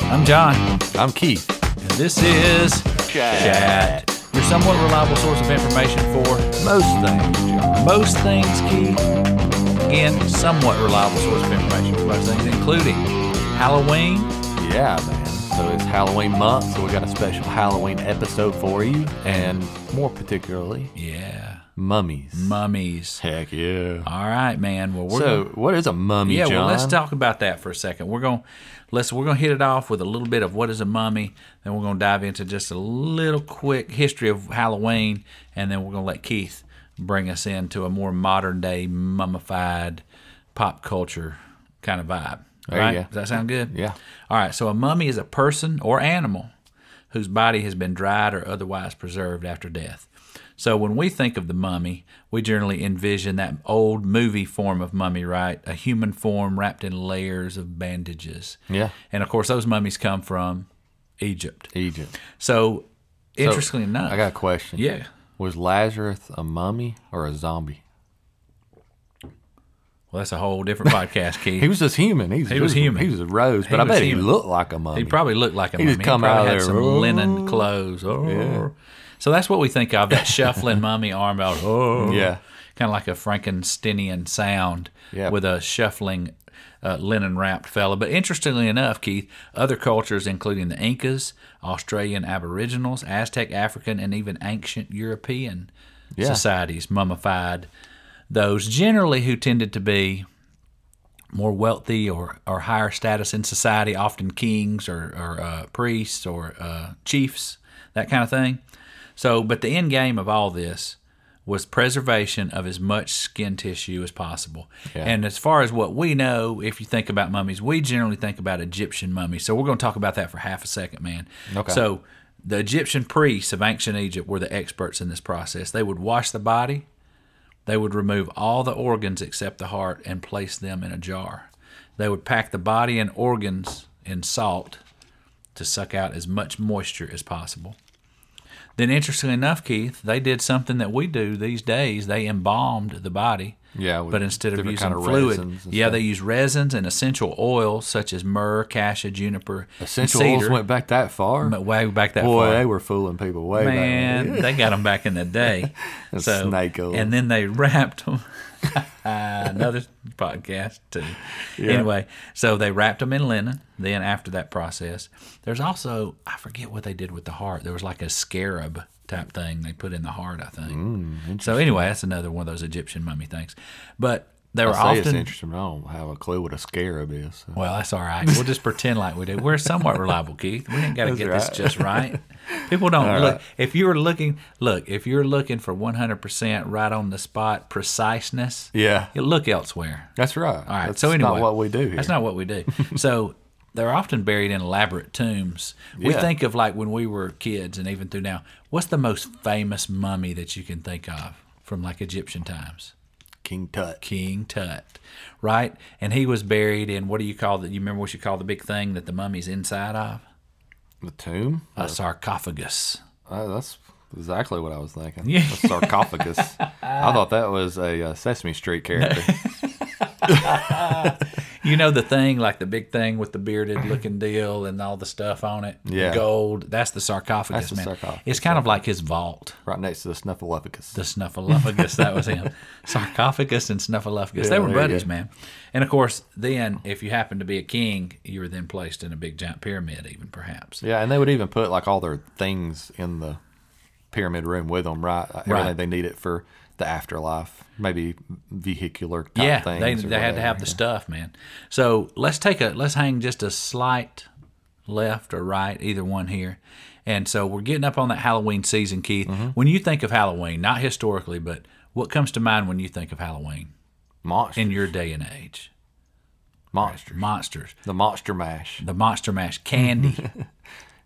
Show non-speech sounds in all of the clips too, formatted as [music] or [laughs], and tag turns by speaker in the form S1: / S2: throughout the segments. S1: I'm John,
S2: I'm Keith.
S1: and this is Chat, your somewhat reliable source of information for
S2: Most things, John.
S1: most things, Keith. Again, somewhat reliable source of information for most things, including Halloween.
S2: Yeah, man. So it's Halloween month, so we got a special Halloween episode for you, and more particularly,
S1: Yeah,
S2: mummies.
S1: mummies.
S2: Heck yeah.
S1: All right, man. Well, we're
S2: So,
S1: gonna-
S2: what is a mummy,
S1: Oh, yeah.
S2: John?
S1: Well, let's talk about that for a second. We're gonna let's we're gonna hit it off with a little bit of what is a mummy, then we're gonna dive into just a little quick history of Halloween, and then we're gonna let Keith bring us into a more modern day mummified pop culture kind of vibe.
S2: There you
S1: right?
S2: go.
S1: Does that sound good?
S2: Yeah.
S1: All right. So a mummy is a person or animal whose body has been dried or otherwise preserved after death. So when we think of the mummy, we generally envision that old movie form of mummy, right? A human form wrapped in layers of bandages.
S2: Yeah.
S1: And of course, those mummies come from Egypt.
S2: Egypt.
S1: So, interestingly enough,
S2: I got a question.
S1: yeah,
S2: Was Lazarus a mummy or a zombie?
S1: well, that's a whole different
S2: [laughs]
S1: podcast, Keith.
S2: He was just human. He's
S1: was human.
S2: He was a rose, but
S1: He
S2: I
S1: was
S2: bet he
S1: human.
S2: looked like a mummy.
S1: He probably looked like a
S2: He
S1: mummy.
S2: just come
S1: he probably
S2: out of
S1: had
S2: there,
S1: some
S2: "Oh."
S1: linen clothes. Oh. So that's what we think of that shuffling [laughs] mummy arm out. Oh.
S2: Yeah.
S1: Kind of like a Frankensteinian sound
S2: Yeah.
S1: with a shuffling uh, linen wrapped fella. But interestingly enough, Keith, other cultures, including the Incas, Australian Aboriginals, Aztec African, and even ancient European
S2: Yeah.
S1: societies mummified those generally who tended to be more wealthy or, or higher status in society, often kings or, or uh, priests or uh, chiefs, that kind of thing. So, but the end game of all this was preservation of as much skin tissue as possible.
S2: Yeah.
S1: And as far as what we know, if you think about mummies, we generally think about Egyptian mummies. So we're going to talk about that for half a second, man.
S2: Okay.
S1: So the Egyptian priests of ancient Egypt were the experts in this process. They would wash the body, they would remove all the organs except the heart and place them in a jar. They would pack the body and organs in salt to suck out as much moisture as possible. Then, interestingly enough, Keith, they did something that we do these days. They embalmed the body.
S2: Yeah, with
S1: But instead of
S2: different
S1: using
S2: kind of
S1: fluid,
S2: resins and
S1: yeah,
S2: stuff.
S1: they use resins and essential oils such as myrrh, cassia, juniper, and
S2: Essential
S1: cedar.
S2: oils went back that far.
S1: But way back that
S2: Boy,
S1: far.
S2: they were fooling people way back then.
S1: Man, they got them back in the
S2: [laughs]
S1: day. so,
S2: snake oil.
S1: And then they wrapped them. [laughs] Another podcast too. Anyway, so they wrapped them in linen. Then after that process, there's also I forget what they did with the heart. There was like a scarab type thing they put in the heart. I think.
S2: Mm,
S1: so anyway, that's another one of those Egyptian mummy things. But they were
S2: Say it's
S1: often
S2: interesting. but I don't have a clue what a scarab is. so.
S1: well, that's all right. We'll just pretend like we do. We're somewhat reliable, Keith. We ain't got to get this
S2: right.
S1: just right. People don't look.
S2: right.
S1: If you were looking, look, if you're looking for 100% right on the spot preciseness,
S2: Yeah,
S1: you look elsewhere.
S2: that's right.
S1: All right.
S2: That's
S1: so anyway,
S2: not what we do here.
S1: That's not what we
S2: [laughs]
S1: do. so they're often buried in elaborate tombs. We
S2: Yeah.
S1: think of like when we were kids and even through now. What's the most famous mummy that you can think of from like Egyptian times?
S2: King Tut.
S1: King Tut, right? And he was buried in what do you call that? You remember what you call the big thing that the mummy's inside of?
S2: The tomb.
S1: A sarcophagus.
S2: Uh, that's exactly what I was thinking.
S1: [laughs]
S2: A sarcophagus. I thought that was a uh, Sesame Street character.
S1: You know the thing, like the big thing with the
S2: [clears throat]
S1: bearded looking deal and all the stuff on it.
S2: Yeah.
S1: Gold. That's the sarcophagus,
S2: That's the
S1: man.
S2: sarcophagus,
S1: It's kind of like his vault.
S2: right next to the snuffleupagus.
S1: The snuffleupagus, that was
S2: [laughs]
S1: him. Sarcophagus and snuffleupagus. they
S2: Yeah,
S1: were
S2: there you
S1: buddies,
S2: go.
S1: man. And of course, then if you happened to be a king, you were then placed in a big giant pyramid, even perhaps.
S2: yeah, and they would even put like all their things in the pyramid room with them, right? Uh, Everything
S1: Right.
S2: they needed for the afterlife, maybe vehicular type
S1: yeah,
S2: things.
S1: they,
S2: or
S1: they had to have
S2: whatever.
S1: the stuff, man. So let's take a let's hang just a slight left or right, either one here. And so we're getting up on that Halloween season, Keith.
S2: Mm-hmm.
S1: When you think of Halloween, not historically, but what comes to mind when you think of Halloween
S2: monster,
S1: in your day and age?
S2: monster,
S1: Monsters,
S2: the monster mash.
S1: the Monster Mash, candy,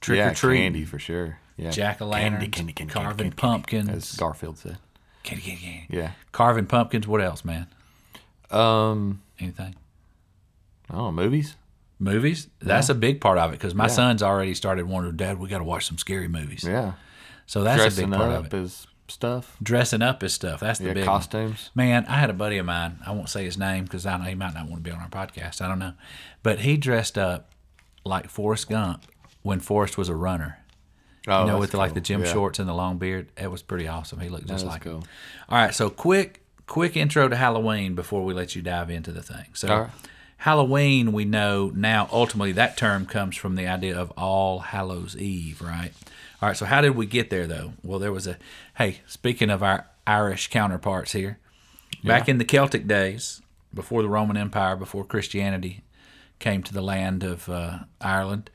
S1: trick
S2: [laughs] yeah,
S1: or treat,
S2: candy for sure. Yeah,
S1: jack o'
S2: Candy,
S1: lanterns,
S2: candy, candy,
S1: carving
S2: candy, candy, candy,
S1: pumpkins,
S2: as Garfield said.
S1: candy, candy, candy.
S2: Yeah.
S1: carving pumpkins. What else, man?
S2: Um,
S1: Anything?
S2: Oh, movies?
S1: Movies? That's a big part of it because my son's already started wondering, Dad, we got to watch some scary movies.
S2: Yeah.
S1: So that's a
S2: Dressing
S1: big part
S2: up
S1: of it.
S2: as stuff.
S1: Dressing up is stuff. That's the
S2: Yeah,
S1: big one.
S2: costumes.
S1: Man, I had a buddy of mine. I won't say his name because I know he might not want to be on our podcast. I don't know, but he dressed up like Forrest Gump when Forrest was a runner.
S2: Oh,
S1: you know,
S2: that's
S1: with the, like the
S2: cool.
S1: gym
S2: Yeah.
S1: shorts and the long beard. It was pretty awesome. He looked just
S2: That's
S1: like him.
S2: cool.
S1: All right, so quick quick intro to Halloween before we let you dive into the thing. So
S2: All right.
S1: Halloween, we know now ultimately that term comes from the idea of All Hallows Eve, right? All right, so how did we get there though? Well, there was a hey, speaking of our Irish counterparts here, back in the Celtic days, before the Roman Empire, before Christianity came to the land of uh, Ireland,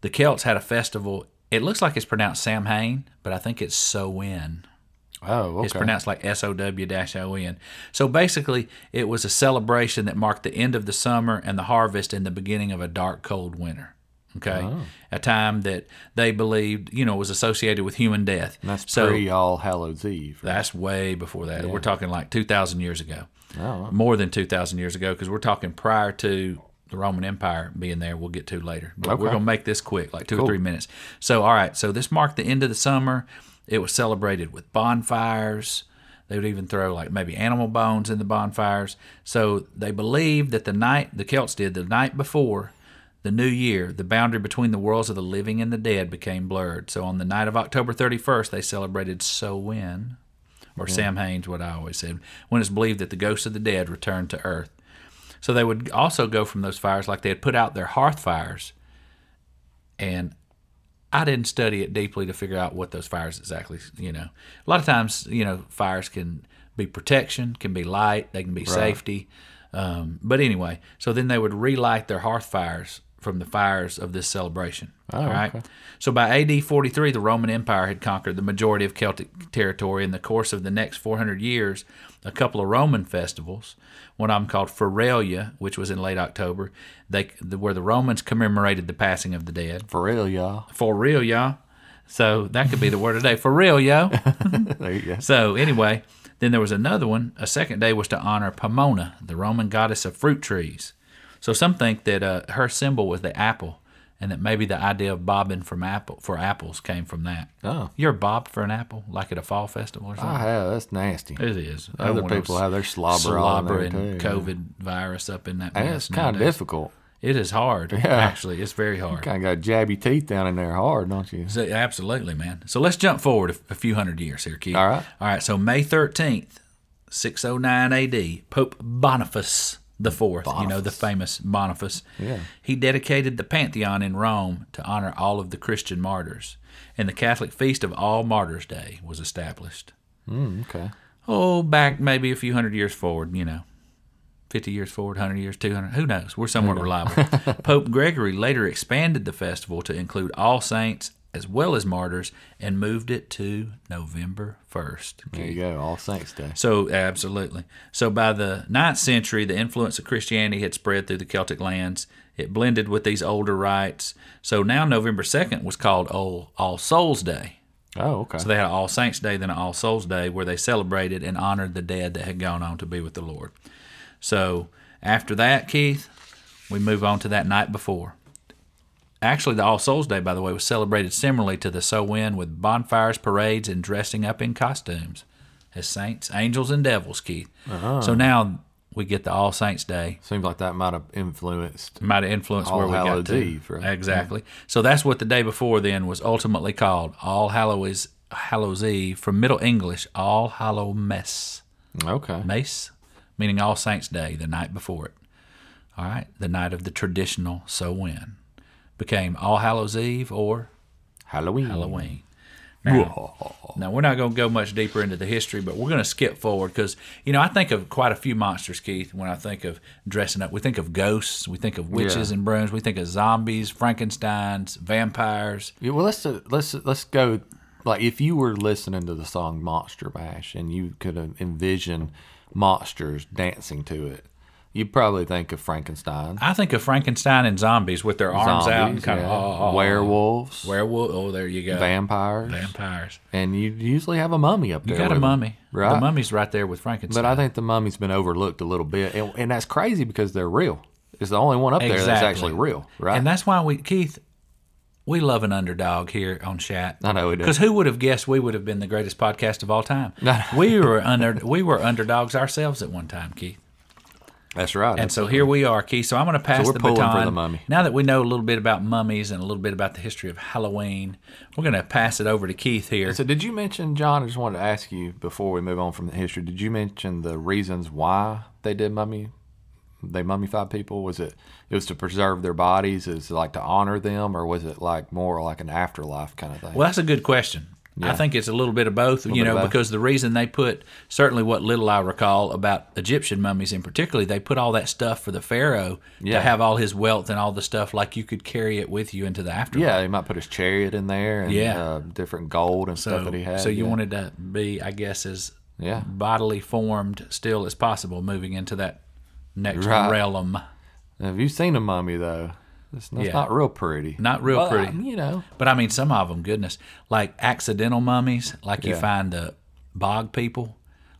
S1: the Celts had a festival. It looks like it's pronounced Samhain, but I think it's Sowen.
S2: Oh, okay.
S1: It's pronounced like S O W O N. So basically, it was a celebration that marked the end of the summer and the harvest and the beginning of a dark, cold winter. Okay.
S2: Oh.
S1: A time that they believed, you know, was associated with human death.
S2: That's
S1: so
S2: pre All Hallows Eve. right?
S1: that's way before that. We're talking like 2,000 years ago,
S2: Oh, wow.
S1: more than 2,000 years ago, because we're talking prior to the Roman Empire being there. We'll get to later. But we're
S2: Okay.
S1: going to make this quick, like two or three minutes. So, all right. So, this marked the end of the summer. It was celebrated with bonfires. They would even throw like maybe animal bones in the bonfires. So, they believed that the night, the Celts did, the night before the new year, the boundary between the worlds of the living and the dead became blurred. So, on the night of October 31st, they celebrated Samhain or Sam Haines, what I always said, when it's believed that the ghosts of the dead returned to earth. So they would also go from those fires like they had put out their hearth fires. And I didn't study it deeply to figure out what those fires exactly, you know. A lot of times, you know, fires can be protection, can be light, they can be safety. Um, but anyway, so then they would relight their hearth fires from the fires of this celebration. all right. So by AD 43, the Roman Empire had conquered the majority of Celtic territory. In the course of the next 400 years, a couple of Roman festivals, one of them called Feralia, which was in late October, they where the Romans commemorated the passing of the dead.
S2: For real, y'all. [laughs]
S1: For real, y'all. So that could be the word of the day. For real, yo.
S2: There
S1: [laughs]
S2: you go.
S1: So anyway, then there was another one. A second day was to honor Pomona, the Roman goddess of fruit trees. So some think that uh, her symbol was the apple, and that maybe the idea of bobbing from apple for apples came from that.
S2: Oh.
S1: You're bobbed for an apple, like at a fall festival or
S2: I
S1: something.
S2: have. That's nasty.
S1: it is. I
S2: Ah. Other
S1: don't wanna
S2: people have their slobber on
S1: slobber
S2: there,
S1: and
S2: too.
S1: COVID virus up in that.
S2: And
S1: mess
S2: it's kind of
S1: nowadays.
S2: difficult.
S1: It is hard. Actually, it's very hard.
S2: Kind of got to jab your teeth down in there hard, don't you?
S1: So- Absolutely, man. So let's jump forward a, a few hundred years here, Keith.
S2: All right.
S1: All right. So May oh 13th, 609 AD, Pope Boniface the Fourth, you know, the famous Boniface.
S2: Yeah.
S1: He dedicated the Pantheon in Rome to honor all of the Christian martyrs, and the Catholic Feast of All Martyrs Day was established.
S2: Mm, okay.
S1: Oh, back maybe a few hundred years forward, you know. 50 years forward, 100 years, 200, who knows? We're somewhat reliable. [laughs] Pope Gregory later expanded the festival to include all saints as well as martyrs and moved it to November 1st.
S2: There you go. All Saints Day.
S1: So, absolutely. So, by the ninth century, the influence of Christianity had spread through the Celtic lands. It blended with these older rites. So, now November 2nd was called All, all Souls Day.
S2: Oh, okay.
S1: So they had an All Saints Day, then an All Souls Day, where they celebrated and honored the dead that had gone on to be with the Lord. So after that, Keith, we move on to that night before. Actually, the All Souls Day, by the way, was celebrated similarly to the Samhain with bonfires, parades, and dressing up in costumes as saints, angels, and devils, Keith. So now we get the All Saints Day
S2: Seems like that might have influenced.
S1: might have influenced
S2: All
S1: where we
S2: Hallows
S1: got to.
S2: Eve, right?
S1: Exactly. So that's what the day before then was ultimately called All Hallows Hallows Eve from Middle English All Hallow Mess
S2: Okay.
S1: Mace, meaning All Saints Day, the night before it. All right, the night of the traditional so when became All Hallows Eve or
S2: Halloween.
S1: Halloween. Now, now, we're not going to go much deeper into the history, but we're going to skip forward because you know I think of quite a few monsters, Keith. When I think of dressing up, we think of ghosts, we think of witches
S2: Yeah.
S1: and brooms, we think of zombies, Frankenstein's, vampires.
S2: Yeah, well, let's uh, let's let's go. Like, if you were listening to the song Monster Mash and you could uh, envision monsters dancing to it, you'd probably think of Frankenstein,
S1: I think of Frankenstein and zombies with their arms out and kind
S2: yeah,
S1: of oh, oh,
S2: werewolves,
S1: werewolf. Oh, there you go,
S2: vampires,
S1: vampires.
S2: and you usually have a mummy up there.
S1: You got a
S2: with them.
S1: mummy,
S2: right?
S1: The mummy's right there with Frankenstein.
S2: But I think the mummy's been overlooked a little bit, and, and that's crazy because they're real. It's the only one up there that's
S1: Exactly.
S2: actually real, right?
S1: And that's why we, Keith, we love an underdog here on Chat.
S2: I know we do.
S1: Because who would have guessed we would have been the greatest [laughs] podcast of all time? we were under, we were underdogs ourselves at one time, Keith.
S2: That's right.
S1: And so here we are, Keith. So I'm going to pass
S2: we're
S1: the
S2: pulling for
S1: baton.
S2: the mummy.
S1: Now that we know a little bit about mummies and a little bit about the history of Halloween, we're going to pass it over to Keith here.
S2: So, did you mention, John? I just wanted to ask you before we move on from the history. Did you mention the reasons why they did mummy? They mummified people. Was it? It was to preserve their bodies. Is it like to honor them, or was it like more like an afterlife kind of thing?
S1: Well, that's a good question. I think it's a little bit of both, you
S2: bit of
S1: know,
S2: both.
S1: because the reason they put certainly what little I recall about Egyptian mummies in particular, they put all that stuff for the pharaoh
S2: Yeah.
S1: to have all his wealth and all the stuff like you could carry it with you into the afterlife.
S2: yeah, he might put his chariot in there, and
S1: Yeah.
S2: uh, different gold and stuff that he had.
S1: So you
S2: yeah.
S1: wanted to be, I guess, as
S2: Yeah.
S1: bodily formed still as possible, moving into that next
S2: Right.
S1: realm.
S2: Have you seen a mummy though? It's, it's
S1: Yeah.
S2: not real pretty.
S1: Not real
S2: Well,
S1: pretty.
S2: I- you know.
S1: But I mean, some of them, goodness, like accidental mummies, like you
S2: Yeah.
S1: find the bog people,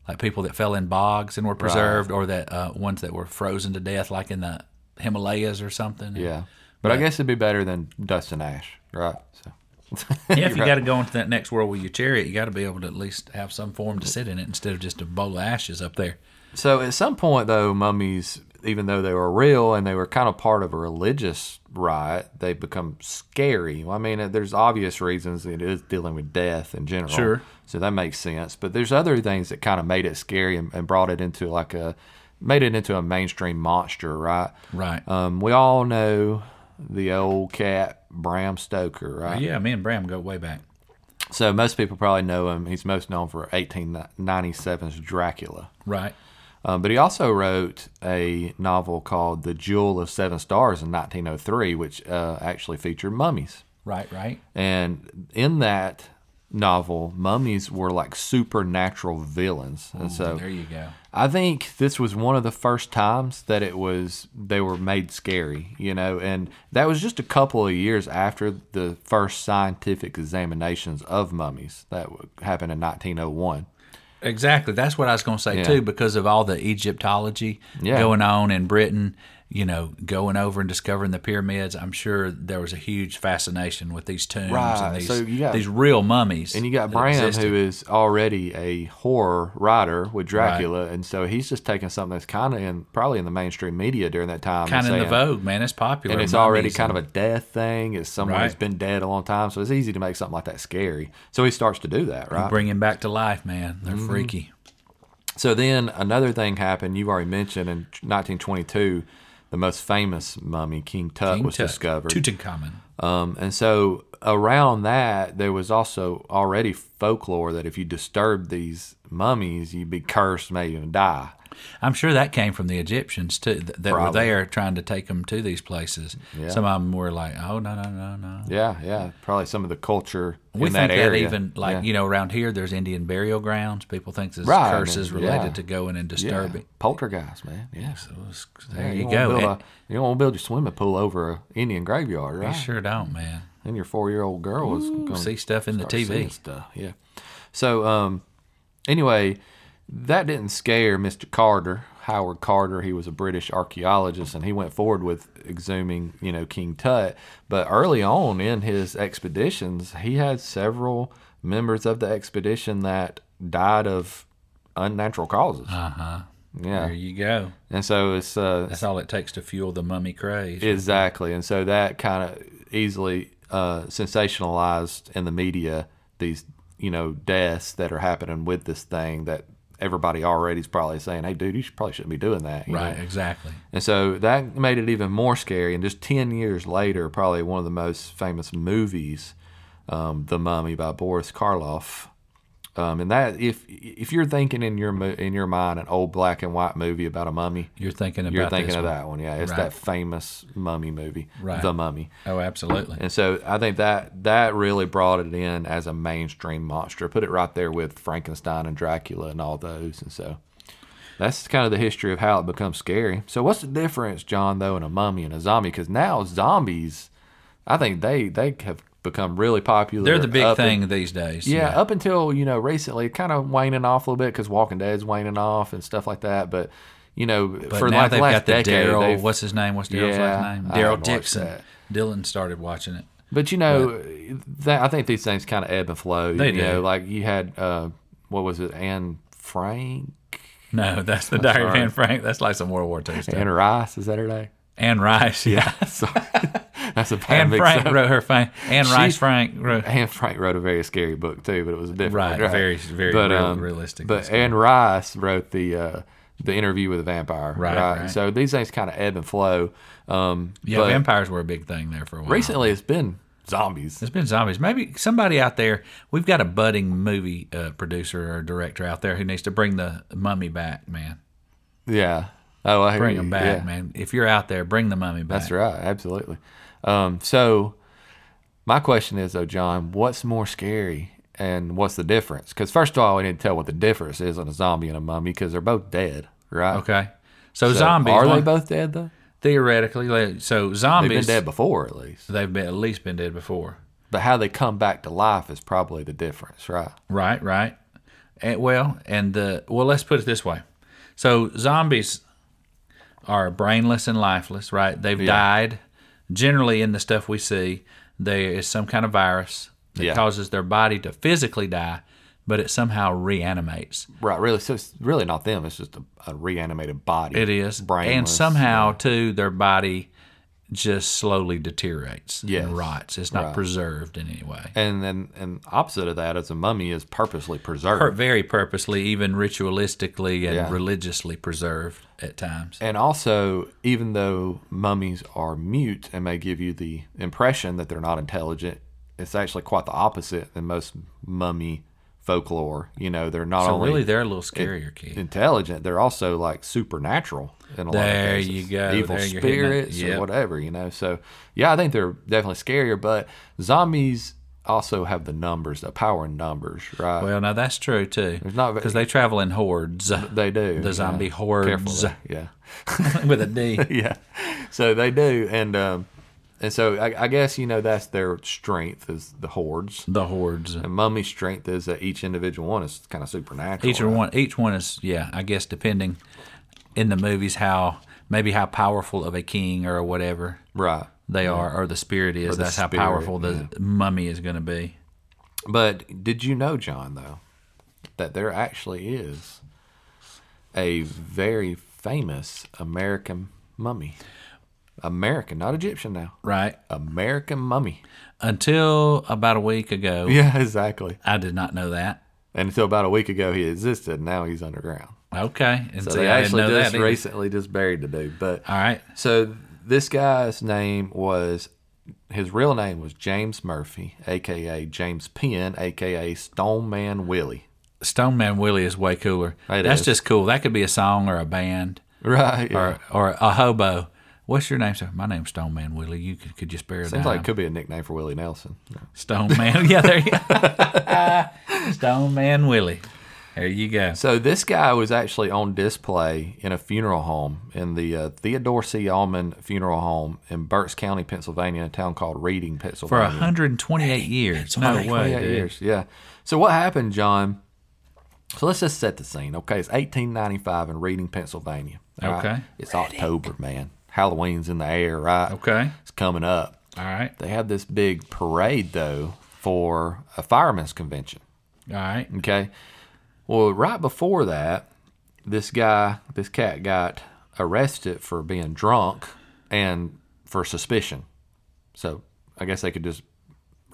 S1: like people that fell in bogs and were preserved, or that uh, ones that were frozen to death, like in the Himalayas or something.
S2: Yeah, but I guess it'd be better than dust and ash, right? So.
S1: Yeah,
S2: [laughs]
S1: if you got to go into that next world with your chariot, you got to be able to at least have some form to sit in it instead of just a bowl of ashes up there.
S2: So at some point, though, mummies, even though they were real and they were kind of part of a religious riot, they become scary. Well, I mean, uh, there's obvious reasons it is dealing with death in general.
S1: Sure.
S2: So that makes sense. But there's other things that kind of made it scary and, and brought it into like a made it into a mainstream monster, right?
S1: Right.
S2: Um, we all know the old cat Bram Stoker, right?
S1: yeah, me and Bram go way back.
S2: So most people probably know him. He's most known for 1897's Dracula.
S1: Right.
S2: Um, but he also wrote a novel called The Jewel of Seven Stars in 1903, which uh, actually featured mummies.
S1: Right. Right.
S2: And in that novel, mummies were like supernatural villains. And so
S1: there you go.
S2: I think this was one of the first times that it was they were made scary, you know, and that was just a couple of years after the first scientific examinations of mummies that w- happened in 1901.
S1: Exactly. That's what I was going to say
S2: Yeah.
S1: too, because of all the Egyptology
S2: Yeah.
S1: going on in Britain. You know, going over and discovering the pyramids. I'm sure there was a huge fascination with these tombs
S2: Right.
S1: and these,
S2: So you got-
S1: these real mummies.
S2: And you got
S1: that
S2: Bram,
S1: existed.
S2: who is already a horror writer with Dracula, and so he's just taking something that's kind of in probably in the mainstream media during that time, and
S1: kind of in the
S2: saying-
S1: vogue, man. It's popular,
S2: And it's
S1: mummies
S2: already kind
S1: and-
S2: of a death thing. It's someone who's
S1: Right.
S2: been dead a long time, so it's easy to make something like that scary. So he starts to do that, right?
S1: bring him back to life, man. They're
S2: Mm-hmm.
S1: freaky.
S2: So then another thing happened. You already mentioned in 1922, the most famous mummy, King Tut, was
S1: Tut-
S2: discovered.
S1: Tutankhamun.
S2: Um, and so around that, there was also already folklore that if you disturbed these mummies, you'd be cursed, may even die.
S1: I'm sure that came from the Egyptians too, th- that were
S2: Probably.
S1: there trying to take them to these places. Some of them were like, "Oh no, no, no, no."
S2: Yeah, yeah, probably some of the culture
S1: we
S2: in
S1: think
S2: that area.
S1: even like
S2: yeah.
S1: you know around here there's Indian burial grounds. People think there's
S2: Right,
S1: curses
S2: and-
S1: related
S2: yeah.
S1: to going and
S2: Yeah,
S1: disturbing.
S2: poltergeist, man. Yeah,
S1: So it's- there you
S2: don't wanna
S1: go.
S2: build
S1: And-
S2: a- you don't want to build your swimming pool over an Indian graveyard,
S1: you
S2: right?
S1: sure don't, man.
S2: And your four-year-old girl is going
S1: See stuff in the
S2: start seeing
S1: TV.
S2: stuff. Yeah. So um, anyway, that didn't scare Mr. Carter, Howard Carter. He was a British archaeologist, and he went forward with exhuming, you know, King Tut. But early on in his expeditions, he had several members of the expedition that died of unnatural causes. Uh huh.
S1: There
S2: Yeah.
S1: you go.
S2: And so it's uh,
S1: That's all it takes to fuel the mummy craze.
S2: Exactly. And so that kind of easily uh, sensationalized in the media these, you know, deaths that are happening with this thing that everybody already is probably saying, hey, dude, you should, probably shouldn't be doing that. you know?
S1: right, exactly.
S2: And so that made it even more scary. And just 10 years later, probably one of the most famous movies, um, The Mummy by Boris Karloff. Um, and that if if you're thinking in your mo- in your mind an old black and white movie about a mummy,
S1: You're thinking about
S2: you're thinking
S1: this
S2: of
S1: one.
S2: that one, yeah. It's
S1: Right.
S2: that famous mummy movie,
S1: Right.
S2: The Mummy.
S1: Oh, absolutely.
S2: And so I think that that really brought it in as a mainstream monster. Put it right there with Frankenstein and Dracula and all those. And so that's kind of the history of how it becomes scary. So what's the difference, John, though, in a mummy and a zombie? Because now zombies, I think they they have become really popular.
S1: They're the big
S2: up
S1: thing these days.
S2: yeah, up until you know recently, kind of waning off a little bit because Walking Dead's waning off and stuff like that. But you know,
S1: But
S2: for
S1: now
S2: like the
S1: they've
S2: last
S1: got the
S2: decade,
S1: Daryl.
S2: they've-
S1: What's his name? What's Daryl's
S2: Yeah,
S1: last name?
S2: I
S1: Daryl
S2: haven't watched
S1: Dixon.
S2: that.
S1: Dylan started watching it.
S2: But you know, that, I think these things kind of ebb and flow.
S1: They
S2: you know,
S1: do.
S2: like you had uh, what was it, Anne Frank?
S1: No, [laughs] that's the Diary of Anne Frank. That's like some World War
S2: [laughs]
S1: II stuff.
S2: Anna Rice, is that
S1: [laughs]
S2: her name?
S1: Anne Rice, yeah.
S2: Sorry. That's a bad
S1: Anne
S2: mix
S1: Frank
S2: up.
S1: wrote her fame. Anne Rice Frank wrote.
S2: Anne Frank wrote a very scary book too, but it was a different
S1: Right, um, very- very real- realistic and
S2: um, But Anne Rice wrote the uh, the interview with the vampire,
S1: Right,
S2: right?
S1: right.
S2: So these things kind of ebb and flow. Um,
S1: Yeah,
S2: but
S1: vampires were a big thing there for a while.
S2: recently it's been zombies.
S1: It's been zombies. Maybe somebody out there. We've got a budding movie uh, producer or director out there who needs to bring the mummy back, man.
S2: Yeah. Oh, I hear
S1: Bring
S2: you.
S1: them back,
S2: Yeah.
S1: man. If you're out there, bring the mummy back.
S2: That's right. Absolutely. Um, so, my question is, though, John, what's more scary and what's the difference? Because, first of all, we need to tell what the difference is on a zombie and a mummy because they're both dead, right?
S1: Okay. So,
S2: So,
S1: zombies
S2: Are they
S1: one-
S2: both dead, though?
S1: theoretically. like, So
S2: They've
S1: zombies
S2: been dead before, at least.
S1: They've been at least been dead before.
S2: But how they come back to life is probably the difference, right?
S1: Right, right. And, well, and the well, let's put it this way. So zombies are brainless and lifeless, right? They've died. Generally, in the stuff we see, there is some kind of virus that
S2: Yeah.
S1: causes their body to physically die, but it somehow reanimates.
S2: Right. Really. So, it's really not them. It's just a, a reanimated body.
S1: It is, and
S2: Brainless.
S1: somehow too, their body just slowly deteriorates
S2: Yes.
S1: and rots. It's not preserved in any way.
S2: And then, and opposite of that is a mummy is purposely preserved.
S1: pur- very purposely, even ritualistically and
S2: Yeah.
S1: religiously preserved at times.
S2: And also, even though mummies are mute and may give you the impression that they're not intelligent, it's actually quite the opposite than most mummy folklore. You know, they're not only
S1: Oh, really, they're a little scarier, kid.
S2: intelligent, they're also like supernatural in a lot of
S1: There
S2: cases.
S1: you go.
S2: Evil
S1: There you're hitting it.
S2: spirits
S1: Yep.
S2: or whatever, you know. So, yeah, I think they're definitely scarier, but zombies also have the numbers, the power in numbers, right?
S1: Well, now that's true too,
S2: not ve-
S1: because they travel in hordes.
S2: they do.
S1: the
S2: yeah.
S1: zombie hordes
S2: Careful.
S1: [laughs]
S2: Yeah.
S1: with a D.
S2: [laughs] yeah. So they do, and um, and so I, I guess you know that's their strength is the hordes.
S1: The hordes.
S2: And mummy's strength is that each individual one is kind of supernatural.
S1: Each one, each one is yeah. I guess depending in the movies how maybe how powerful of a king or whatever
S2: right?
S1: they are, or the spirit is.
S2: the
S1: that's
S2: spirit,
S1: how powerful the mummy is going to be.
S2: But did you know, John, though, that there actually is a very famous American mummy, American, not Egyptian now,
S1: Right.
S2: American mummy.
S1: Until about a week ago,
S2: Yeah, [laughs] exactly.
S1: I did not know that.
S2: And until about a week ago, he existed. Now he's underground.
S1: Okay, and
S2: So
S1: see,
S2: they
S1: I didn't
S2: actually
S1: know
S2: just
S1: that. either.
S2: recently just buried the dude. But
S1: All right,
S2: So this guy's name was his real name was James Murphy, aka James Penn, aka Stone Man Willie.
S1: Stone Man Willie is way cooler.
S2: It
S1: That's
S2: is.
S1: just cool. That could be a song or a band
S2: Right. Yeah.
S1: or, or a hobo. What's your name, sir? My name's Stone Man Willie. You could, could you spare a dime?
S2: Seems like it could be a nickname for Willie Nelson.
S1: Stone Man. [laughs] yeah, there you go. [laughs] Stone Man Willie. There you go.
S2: So this guy was actually on display in a funeral home in the uh, Theodore C. Allman Funeral Home in Berks County, Pennsylvania, in a town called Reading,
S1: For
S2: Pennsylvania.
S1: 128 years. No way,
S2: 28
S1: dude.
S2: years. Yeah. So what happened, John? So let's just set the scene. Okay, it's 1895 in Reading, Pennsylvania. all right?
S1: Okay.
S2: It's October, man. Halloween's in the air, right?
S1: Okay.
S2: It's coming up.
S1: All right.
S2: They have this big parade though for a firemen's convention.
S1: All right.
S2: Okay. Well, right before that, this guy, this cat got arrested for being drunk and for suspicion. So I guess they could just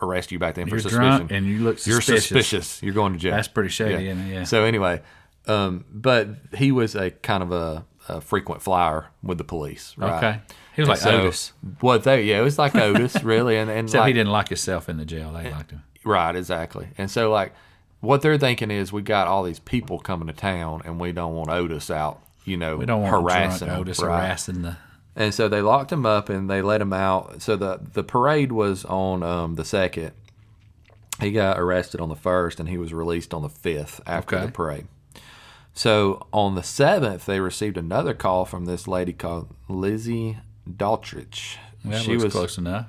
S2: arrest you back then for
S1: You're
S2: suspicion.
S1: drunk and you look suspicious.
S2: You're suspicious. You're going to jail.
S1: That's pretty shady, isn't it? Yeah.
S2: So anyway, um, but he was a kind of a, a frequent flyer with the police. Right?
S1: Okay. He was like Otis.
S2: What they? Yeah, it was like
S1: [laughs]
S2: Otis, really. And, and
S1: Except
S2: like,
S1: he didn't like himself in the jail. They liked him.
S2: Right, exactly. And so like what they're thinking is we got all these people coming to town and we don't want Otis out, you know,
S1: We don't want
S2: harassing
S1: drunk
S2: him,
S1: Otis
S2: right?
S1: harassing the.
S2: And so they locked him up and they let him out. So the the parade was on um, the second. He got arrested on the first and he was released on the fifth after
S1: Okay.
S2: the parade. So on the seventh, they received another call from this lady called Lizzie Daltrich.
S1: That
S2: she
S1: looks
S2: was
S1: close enough.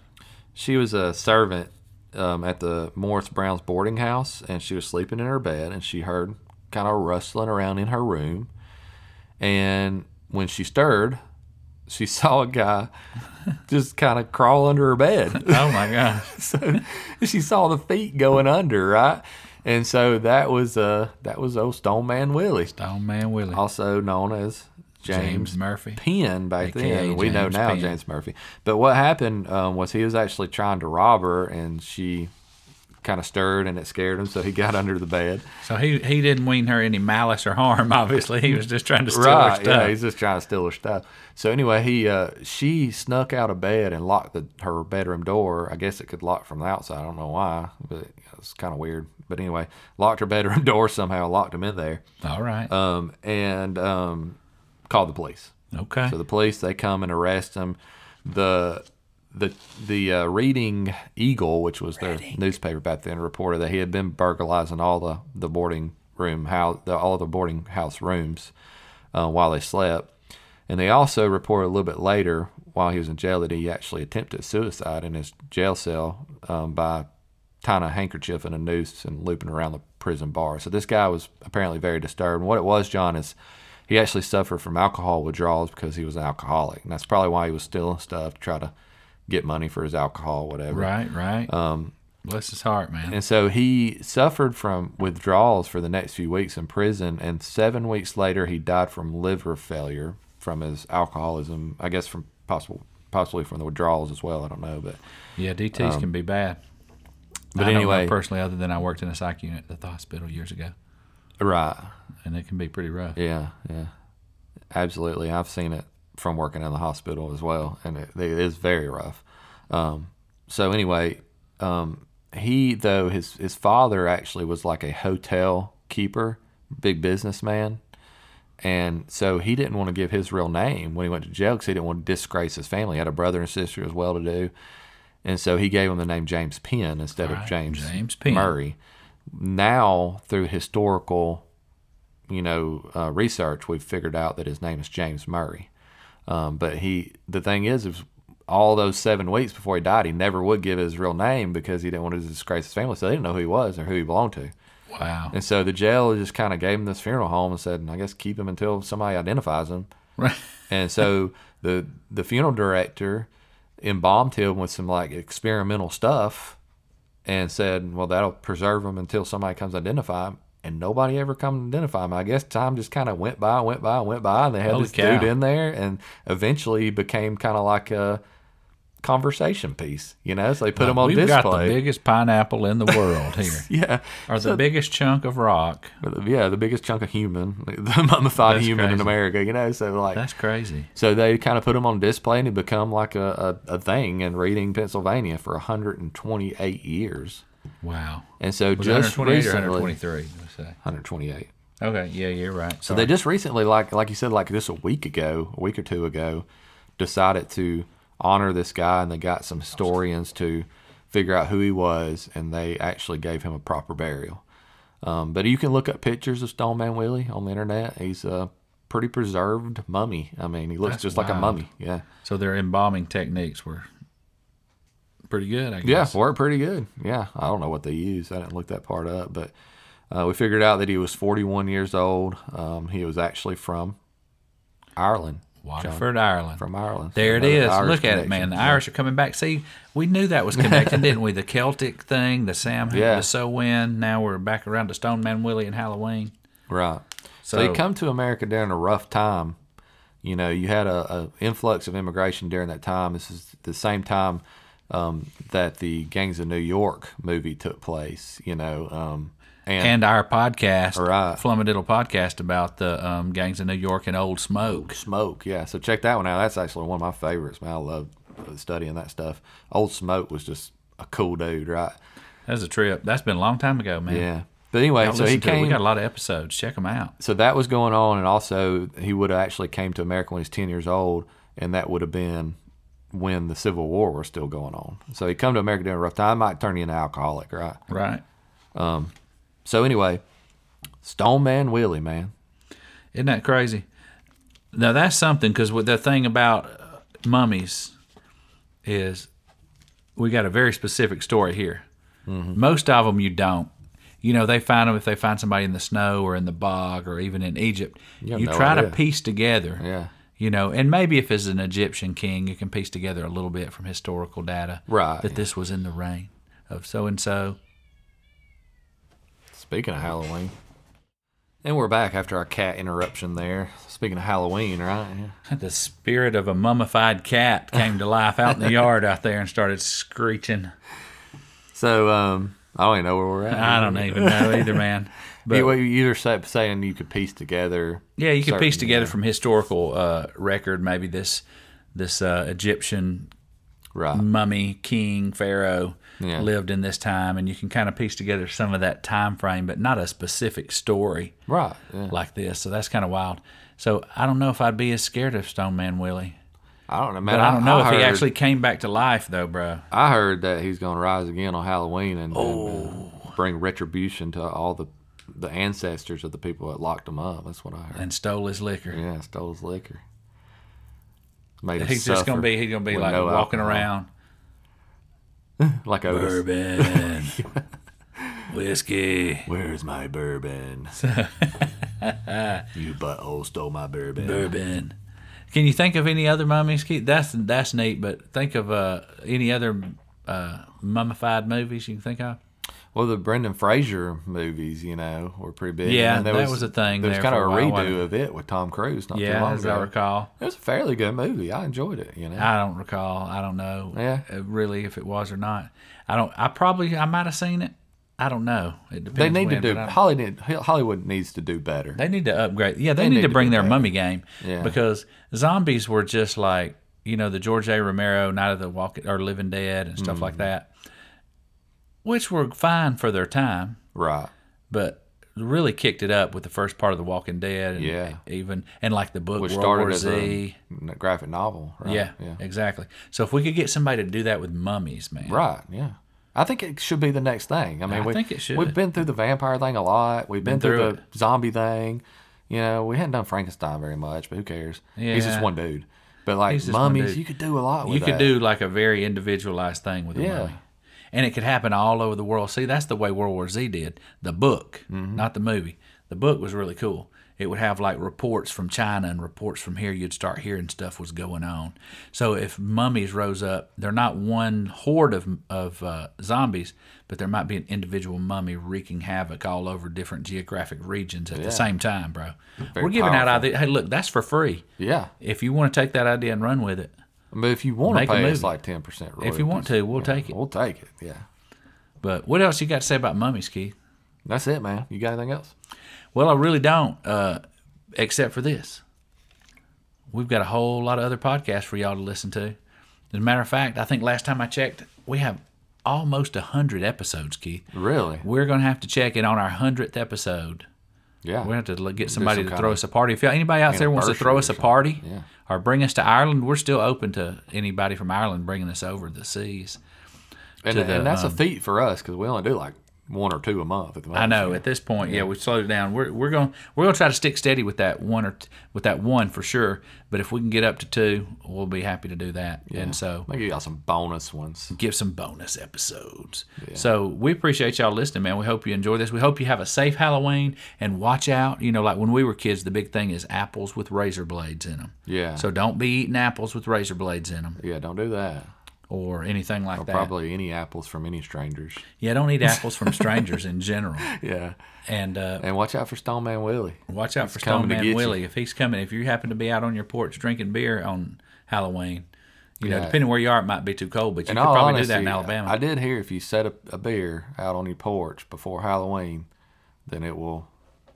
S2: she was a servant um, at the Morris Brown's boarding house, and she was sleeping in her bed, and she heard kind of rustling around in her room. And when she stirred, she [laughs] saw a guy just kind of crawl under her bed. [laughs]
S1: [laughs] Oh my gosh.
S2: so she saw the feet going under, right? And so that was uh that was old Stone Man Willie,
S1: Stone Man Willie.
S2: also known as James,
S1: James Murphy.
S2: Penn back
S1: AKA
S2: then. We know
S1: James
S2: now
S1: Penn.
S2: James Murphy. But what happened um, was he was actually trying to rob her, and she kind of stirred, and it scared him, so he [laughs] got under the bed.
S1: So he he didn't mean her any malice or harm. [laughs] Obviously, he was just trying to steal her
S2: Right,
S1: stuff.
S2: yeah, he's just trying to steal her stuff. So anyway, he uh, she snuck out of bed and locked the, her bedroom door. I guess it could lock from the outside. I don't know why, but it's kind of weird. But anyway, locked her bedroom [laughs] door somehow, locked him in there,
S1: All right.
S2: um, and um, called the police.
S1: okay.
S2: So the police they come and arrest him. The the the uh, Reading Eagle, which was their newspaper back then, reported that he had been burglarizing all the the boarding room house, the, all the boarding house rooms uh, while they slept. And they also reported a little bit later, while he was in jail, that he actually attempted suicide in his jail cell um, by tying a handkerchief in a noose and looping around the prison bar. So this guy was apparently very disturbed. And what it was, John, is he actually suffered from alcohol withdrawals because he was an alcoholic. And that's probably why he was stealing stuff to try to get money for his alcohol, whatever.
S1: right. Right. Um. Bless his heart, man.
S2: And so he suffered from withdrawals for the next few weeks in prison. And seven weeks later, he died from liver failure from his alcoholism. I guess from possible, possibly from the withdrawals as well. I don't know, but
S1: Yeah, DTS
S2: um,
S1: can be bad.
S2: but
S1: I don't know
S2: anyway,
S1: personally, other than I worked in a psych unit at the hospital years ago,
S2: right?
S1: and it can be pretty rough.
S2: Yeah, yeah, absolutely. I've seen it from working in the hospital as well, and it, it is very rough. Um, so anyway, um, he though his his father actually was like a hotel keeper, big businessman, and so he didn't want to give his real name when he went to jail because he didn't want to disgrace his family. He had a brother and sister as well to do, and so he gave him the name James Penn instead of
S1: Right,
S2: James
S1: James Penn.
S2: Murray. Now through historical you know uh, research, we've figured out that his name is James Murray. Um, but he, the thing is, is all those seven weeks before he died, he never would give his real name because he didn't want to disgrace his family, so they didn't know who he was or who he belonged to.
S1: Wow.
S2: And so the jail just kind of gave him this funeral home and said, I guess keep him until somebody identifies him.
S1: Right.
S2: And so the the funeral director embalmed him with some like experimental stuff and said, Well, that'll preserve him until somebody comes to identify him. And nobody ever come to identify him. I guess time just kind of went by, went by, went by. And they had
S1: Holy
S2: this
S1: cow.
S2: dude in there, and eventually he became kind of like a conversation piece, you know? So
S1: [laughs]
S2: they put him on
S1: We've
S2: display.
S1: got the biggest pineapple in the world here,
S2: [laughs] yeah.
S1: or the biggest chunk of rock.
S2: But, Yeah, the biggest chunk of human, [laughs] the mummified
S1: That's
S2: human in
S1: crazy.
S2: America, you know? So, like,
S1: That's crazy.
S2: So they kind of put him on display and he become like a, a, a thing in Reading, Pennsylvania for 128 years.
S1: Wow.
S2: And so
S1: Was it
S2: just
S1: 128 or
S2: recently,
S1: 123? Let's say.
S2: 128.
S1: Okay. Yeah, you're right.
S2: So they just recently, like like you said, like just a week ago, a week or two ago, decided to honor this guy, and they got some historians to figure out who he was, and they actually gave him a proper burial. Um, but you can look up pictures of Stone Man Willie on the internet. He's a pretty preserved mummy. I mean, he looks just like a
S1: wild.
S2: mummy. Yeah.
S1: So their embalming techniques were pretty good, I
S2: Yeah,
S1: guess.
S2: worked pretty good. Yeah, I don't know what they used. I didn't look that part up, but uh, we figured out that he was 41 years old. Um, he was actually from Ireland.
S1: Waterford, Ireland.
S2: From Ireland. So
S1: there it
S2: another
S1: is.
S2: Irish
S1: Look at it, man.
S2: connection.
S1: The Irish are coming back. See, we knew that was connected, didn't we? The Celtic thing, the Sam,
S2: Yeah.
S1: the So Win. Now we're back around to Stone Man Willie and Halloween.
S2: Right. So,
S1: So-
S2: they come to America during a rough time. You know, you had a, a influx of immigration during that time. This is the same time um, that the Gangs of New York movie took place. You know, um, and,
S1: And our podcast,
S2: Right.
S1: Flummadiddle podcast about the um, gangs in New York and Old Smoke.
S2: Smoke, yeah. So check that one out. That's actually one of my favorites, man. I love studying that stuff. Old Smoke was just a cool dude, right?
S1: That was a trip. That's been a long time ago, man.
S2: Yeah. But anyway,
S1: Y'all
S2: so he
S1: listen to it. We
S2: came.
S1: got a lot of episodes. Check them out.
S2: so that was going on, and also he would have actually came to America when he's ten years old, and that would have been when the Civil War was still going on. So he come to America during a rough time. Might turn you into an alcoholic, right?
S1: Right.
S2: So anyway, Stone Man Willie, man.
S1: Isn't that crazy? Now that's something because the thing about uh, mummies is we got a very specific story here.
S2: Mm-hmm.
S1: Most of them you don't. You know they find them if they find somebody in the snow or in the bog or even in Egypt. You,
S2: have no
S1: try to
S2: idea.
S1: piece together.
S2: Yeah.
S1: You know, and maybe if it's an Egyptian king, you can piece together a little bit from historical data
S2: Right,
S1: that
S2: yeah.
S1: this was in the reign of so and so.
S2: Speaking of Halloween. And we're back after our cat interruption there. Speaking of Halloween, right?
S1: The spirit of a mummified cat came to life out in
S2: [laughs]
S1: the yard out there and started screeching.
S2: So um, I don't even know where we're at.
S1: I don't even
S2: [laughs]
S1: know either, man. But
S2: you, you were sa- saying you could piece together.
S1: yeah, you could piece
S2: certain,
S1: together from historical uh, record maybe this this uh, Egyptian
S2: Right.
S1: Mm. mummy king pharaoh
S2: Yeah.
S1: lived in this time, and you can kind of piece together some of that time frame, but not a specific story
S2: Right. Yeah.
S1: like this. So that's kind of wild. So I don't know if I'd be as scared of Stone Man Willie.
S2: I don't know, man.
S1: But I don't know if
S2: heard,
S1: he actually came back to life though, bro.
S2: I heard that he's going to rise again on Halloween and, and, uh,
S1: Oh.
S2: bring retribution to all the the ancestors of the people that locked him up. That's what I heard.
S1: And stole his liquor.
S2: Yeah, stole his liquor. Made him
S1: He's just gonna
S2: suffer
S1: be he's gonna be
S2: with
S1: like
S2: no
S1: walking
S2: alcohol.
S1: around
S2: like Otis. [laughs]
S1: bourbon, whiskey,
S2: Where's
S1: [laughs]
S2: my bourbon? you butthole stole my bourbon.
S1: bourbon. Can you think of any other mummies? Keith? That's that's neat. But think of uh, any other uh, mummified movies you can think of.
S2: Well, the Brendan Fraser movies, you know, were pretty big.
S1: Yeah,
S2: And there
S1: that was a thing
S2: There was
S1: there
S2: kind
S1: for a
S2: of a,
S1: while, wasn't
S2: redo of it with Tom Cruise not too
S1: Yeah,
S2: long
S1: as I
S2: ago.
S1: recall.
S2: It was a fairly good movie. I enjoyed it. You know,
S1: I don't recall. I don't know.
S2: Yeah.
S1: uh, Really, if it was or not. I don't. I probably. I might have seen it. I don't know. It depends.
S2: they need
S1: when,
S2: to
S1: but
S2: do
S1: I-
S2: Hollywood. Hollywood needs to do better.
S1: They need to upgrade. Yeah, they, need, to
S2: do
S1: bring their
S2: better.
S1: mummy game
S2: Yeah.
S1: because zombies were just like you know the George A. Romero Night of the Walking or Living Dead and stuff like that, which were fine for their time,
S2: Right.
S1: but really kicked it up with the first part of the Walking Dead. And
S2: Yeah.
S1: even and like the book
S2: Which
S1: World
S2: started
S1: War
S2: as
S1: Z.
S2: a n- graphic novel. Right?
S1: yeah,
S2: Yeah.
S1: exactly. So if we could get somebody to do that with mummies, man,
S2: Right. Yeah. I think it should be the next thing. I
S1: I
S2: mean, we,
S1: think it should.
S2: We've been through the vampire thing a lot. We've been,
S1: through
S2: through, the zombie thing. You know, we hadn't done Frankenstein very much, but who cares? He's
S1: Yeah.
S2: just one dude. But like
S1: He's just one
S2: mummies,
S1: dude.
S2: you could do a lot with
S1: you could
S2: that.
S1: do like a very individualized thing with a
S2: uh, Yeah.
S1: mummy. And it could happen all over the world. See, that's the way World War Z did. The book,
S2: Mm-hmm.
S1: not the movie. The book was really cool. It would have like reports from China and reports from here. You'd start hearing stuff was going on. So if mummies rose up, they're not one horde of of uh, zombies, but there might be an individual mummy wreaking havoc all over different geographic regions at the same time, bro. We're giving out
S2: powerful.
S1: ideas. Hey, look, that's for free.
S2: Yeah.
S1: If you want to take that idea and run with it,
S2: But if you want
S1: Make a
S2: to pay
S1: movie.
S2: us like 10% royalties.
S1: if you want to, we'll take it.
S2: We'll take it. Yeah.
S1: But what else you got to say about mummies, Keith?
S2: That's it, man. You got anything else?
S1: Well, I really don't, uh, except for this. We've got a whole lot of other podcasts for y'all to listen to. As a matter of fact, I think last time I checked, we have almost 100 episodes, Keith.
S2: Really?
S1: We're going to have to check it on our 100th episode.
S2: Yeah.
S1: We're going to have to look- get somebody
S2: some
S1: to
S2: kind
S1: throw
S2: of
S1: us a party. If y'all- anybody out there wants to
S2: anniversary
S1: throw
S2: or
S1: us a
S2: something.
S1: party
S2: Yeah.
S1: or bring us to Ireland, we're still open to anybody from Ireland bringing us over the seas.
S2: and,
S1: to the, um,
S2: and that's a feat for us because we only do like one or two a month at the moment.
S1: I know at this point, yeah, we slowed it down. We're we're going we're going to try to stick steady with that one or t- with that one for sure. But if we can get up to two, we'll be happy to do that. And so
S2: Maybe you got some bonus ones.
S1: give some bonus episodes. So we appreciate y'all listening, man. We hope you enjoy this. We hope you have a safe Halloween and watch out. You know, like when we were kids, the big thing is apples with razor blades in them.
S2: Yeah.
S1: So don't be eating apples with razor blades in them
S2: Yeah, don't do that.
S1: or anything like that.
S2: Probably any apples from any
S1: [laughs]
S2: strangers.
S1: Yeah, don't eat apples from strangers in general.
S2: Yeah.
S1: And uh,
S2: And watch out for Stone Man Willie.
S1: Watch out for Stone
S2: coming to get
S1: Man
S2: you.
S1: Willie. If he's coming, if you happen to be out on your porch drinking beer on Halloween, you know,
S2: Yeah.
S1: depending where you are, it might be too cold, but you
S2: In
S1: could
S2: all
S1: probably
S2: honesty,
S1: do that in Alabama.
S2: I did hear if you set a, a beer out on your porch before Halloween, then it will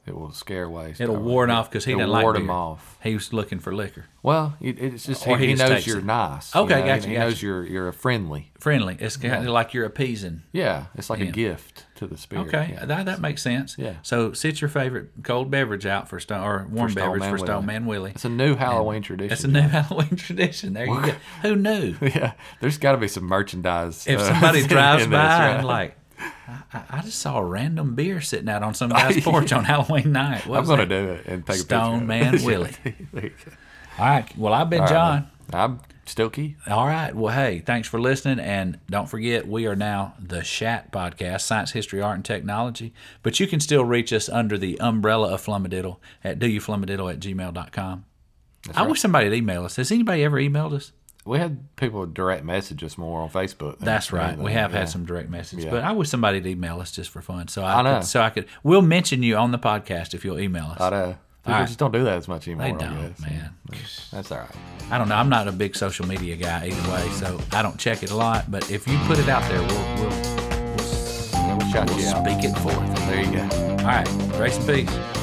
S2: it will scare away.
S1: It'll
S2: Stone Man.
S1: ward off because he
S2: It'll
S1: didn't like
S2: ward
S1: beer.
S2: him off.
S1: He was looking for liquor.
S2: Well, it, it's just he,
S1: Or he
S2: he
S1: just
S2: knows
S1: takes
S2: you're
S1: it.
S2: nice.
S1: Okay,
S2: know? He-
S1: gotcha,
S2: He,
S1: gotcha.
S2: knows you're you're a friendly.
S1: Friendly. It's kind of like you're appeasing.
S2: Yeah, it's like a gift to the spirit.
S1: Okay,
S2: yeah.
S1: that, that makes sense.
S2: Yeah.
S1: So sit your favorite cold beverage out for Stone or warm
S2: Stone
S1: beverage
S2: Man
S1: for Stone
S2: Willie.
S1: Man Willie.
S2: It's a new Halloween tradition.
S1: That's a new Halloween [laughs] tradition. There you go. Who knew?
S2: [laughs] yeah, there's got to be some merchandise.
S1: If
S2: uh,
S1: somebody
S2: [laughs] in
S1: drives
S2: this,
S1: by
S2: right?
S1: and like, I, I- I just saw a random beer sitting out on some
S2: [laughs]
S1: guy's porch on Halloween night. What
S2: I'm
S1: was
S2: gonna
S1: that?
S2: do it and take
S1: Stone
S2: a [laughs] picture.
S1: Man Willie. All right. Well, I've been John.
S2: I'm still key.
S1: All right. Well, hey, thanks for listening. And don't forget, we are now the Shat Podcast, Science, History, Art, and Technology. But you can still reach us under the umbrella of Flummadiddle at doyouflummadiddle at gmail.com. I wish somebody would email us. Has anybody ever emailed us?
S2: we had people direct message us more on Facebook. than
S1: That's right. We
S2: anything.
S1: have
S2: Yeah.
S1: had some direct message,
S2: Yeah.
S1: but I wish somebody'd email us just for fun. So I,
S2: I know.
S1: Could, so I could. We'll mention you on the podcast if you'll email us.
S2: I know. uh, People
S1: right.
S2: just don't do that as much anymore.
S1: They
S2: I
S1: don't,
S2: guess.
S1: man.
S2: That's all right.
S1: I don't know. I'm not a big social media guy either way, so I don't check it a lot. But if you put it out there, we'll we'll, we'll,
S2: We'll shout you out.
S1: speak it forth.
S2: There you go.
S1: All right, grace and peace.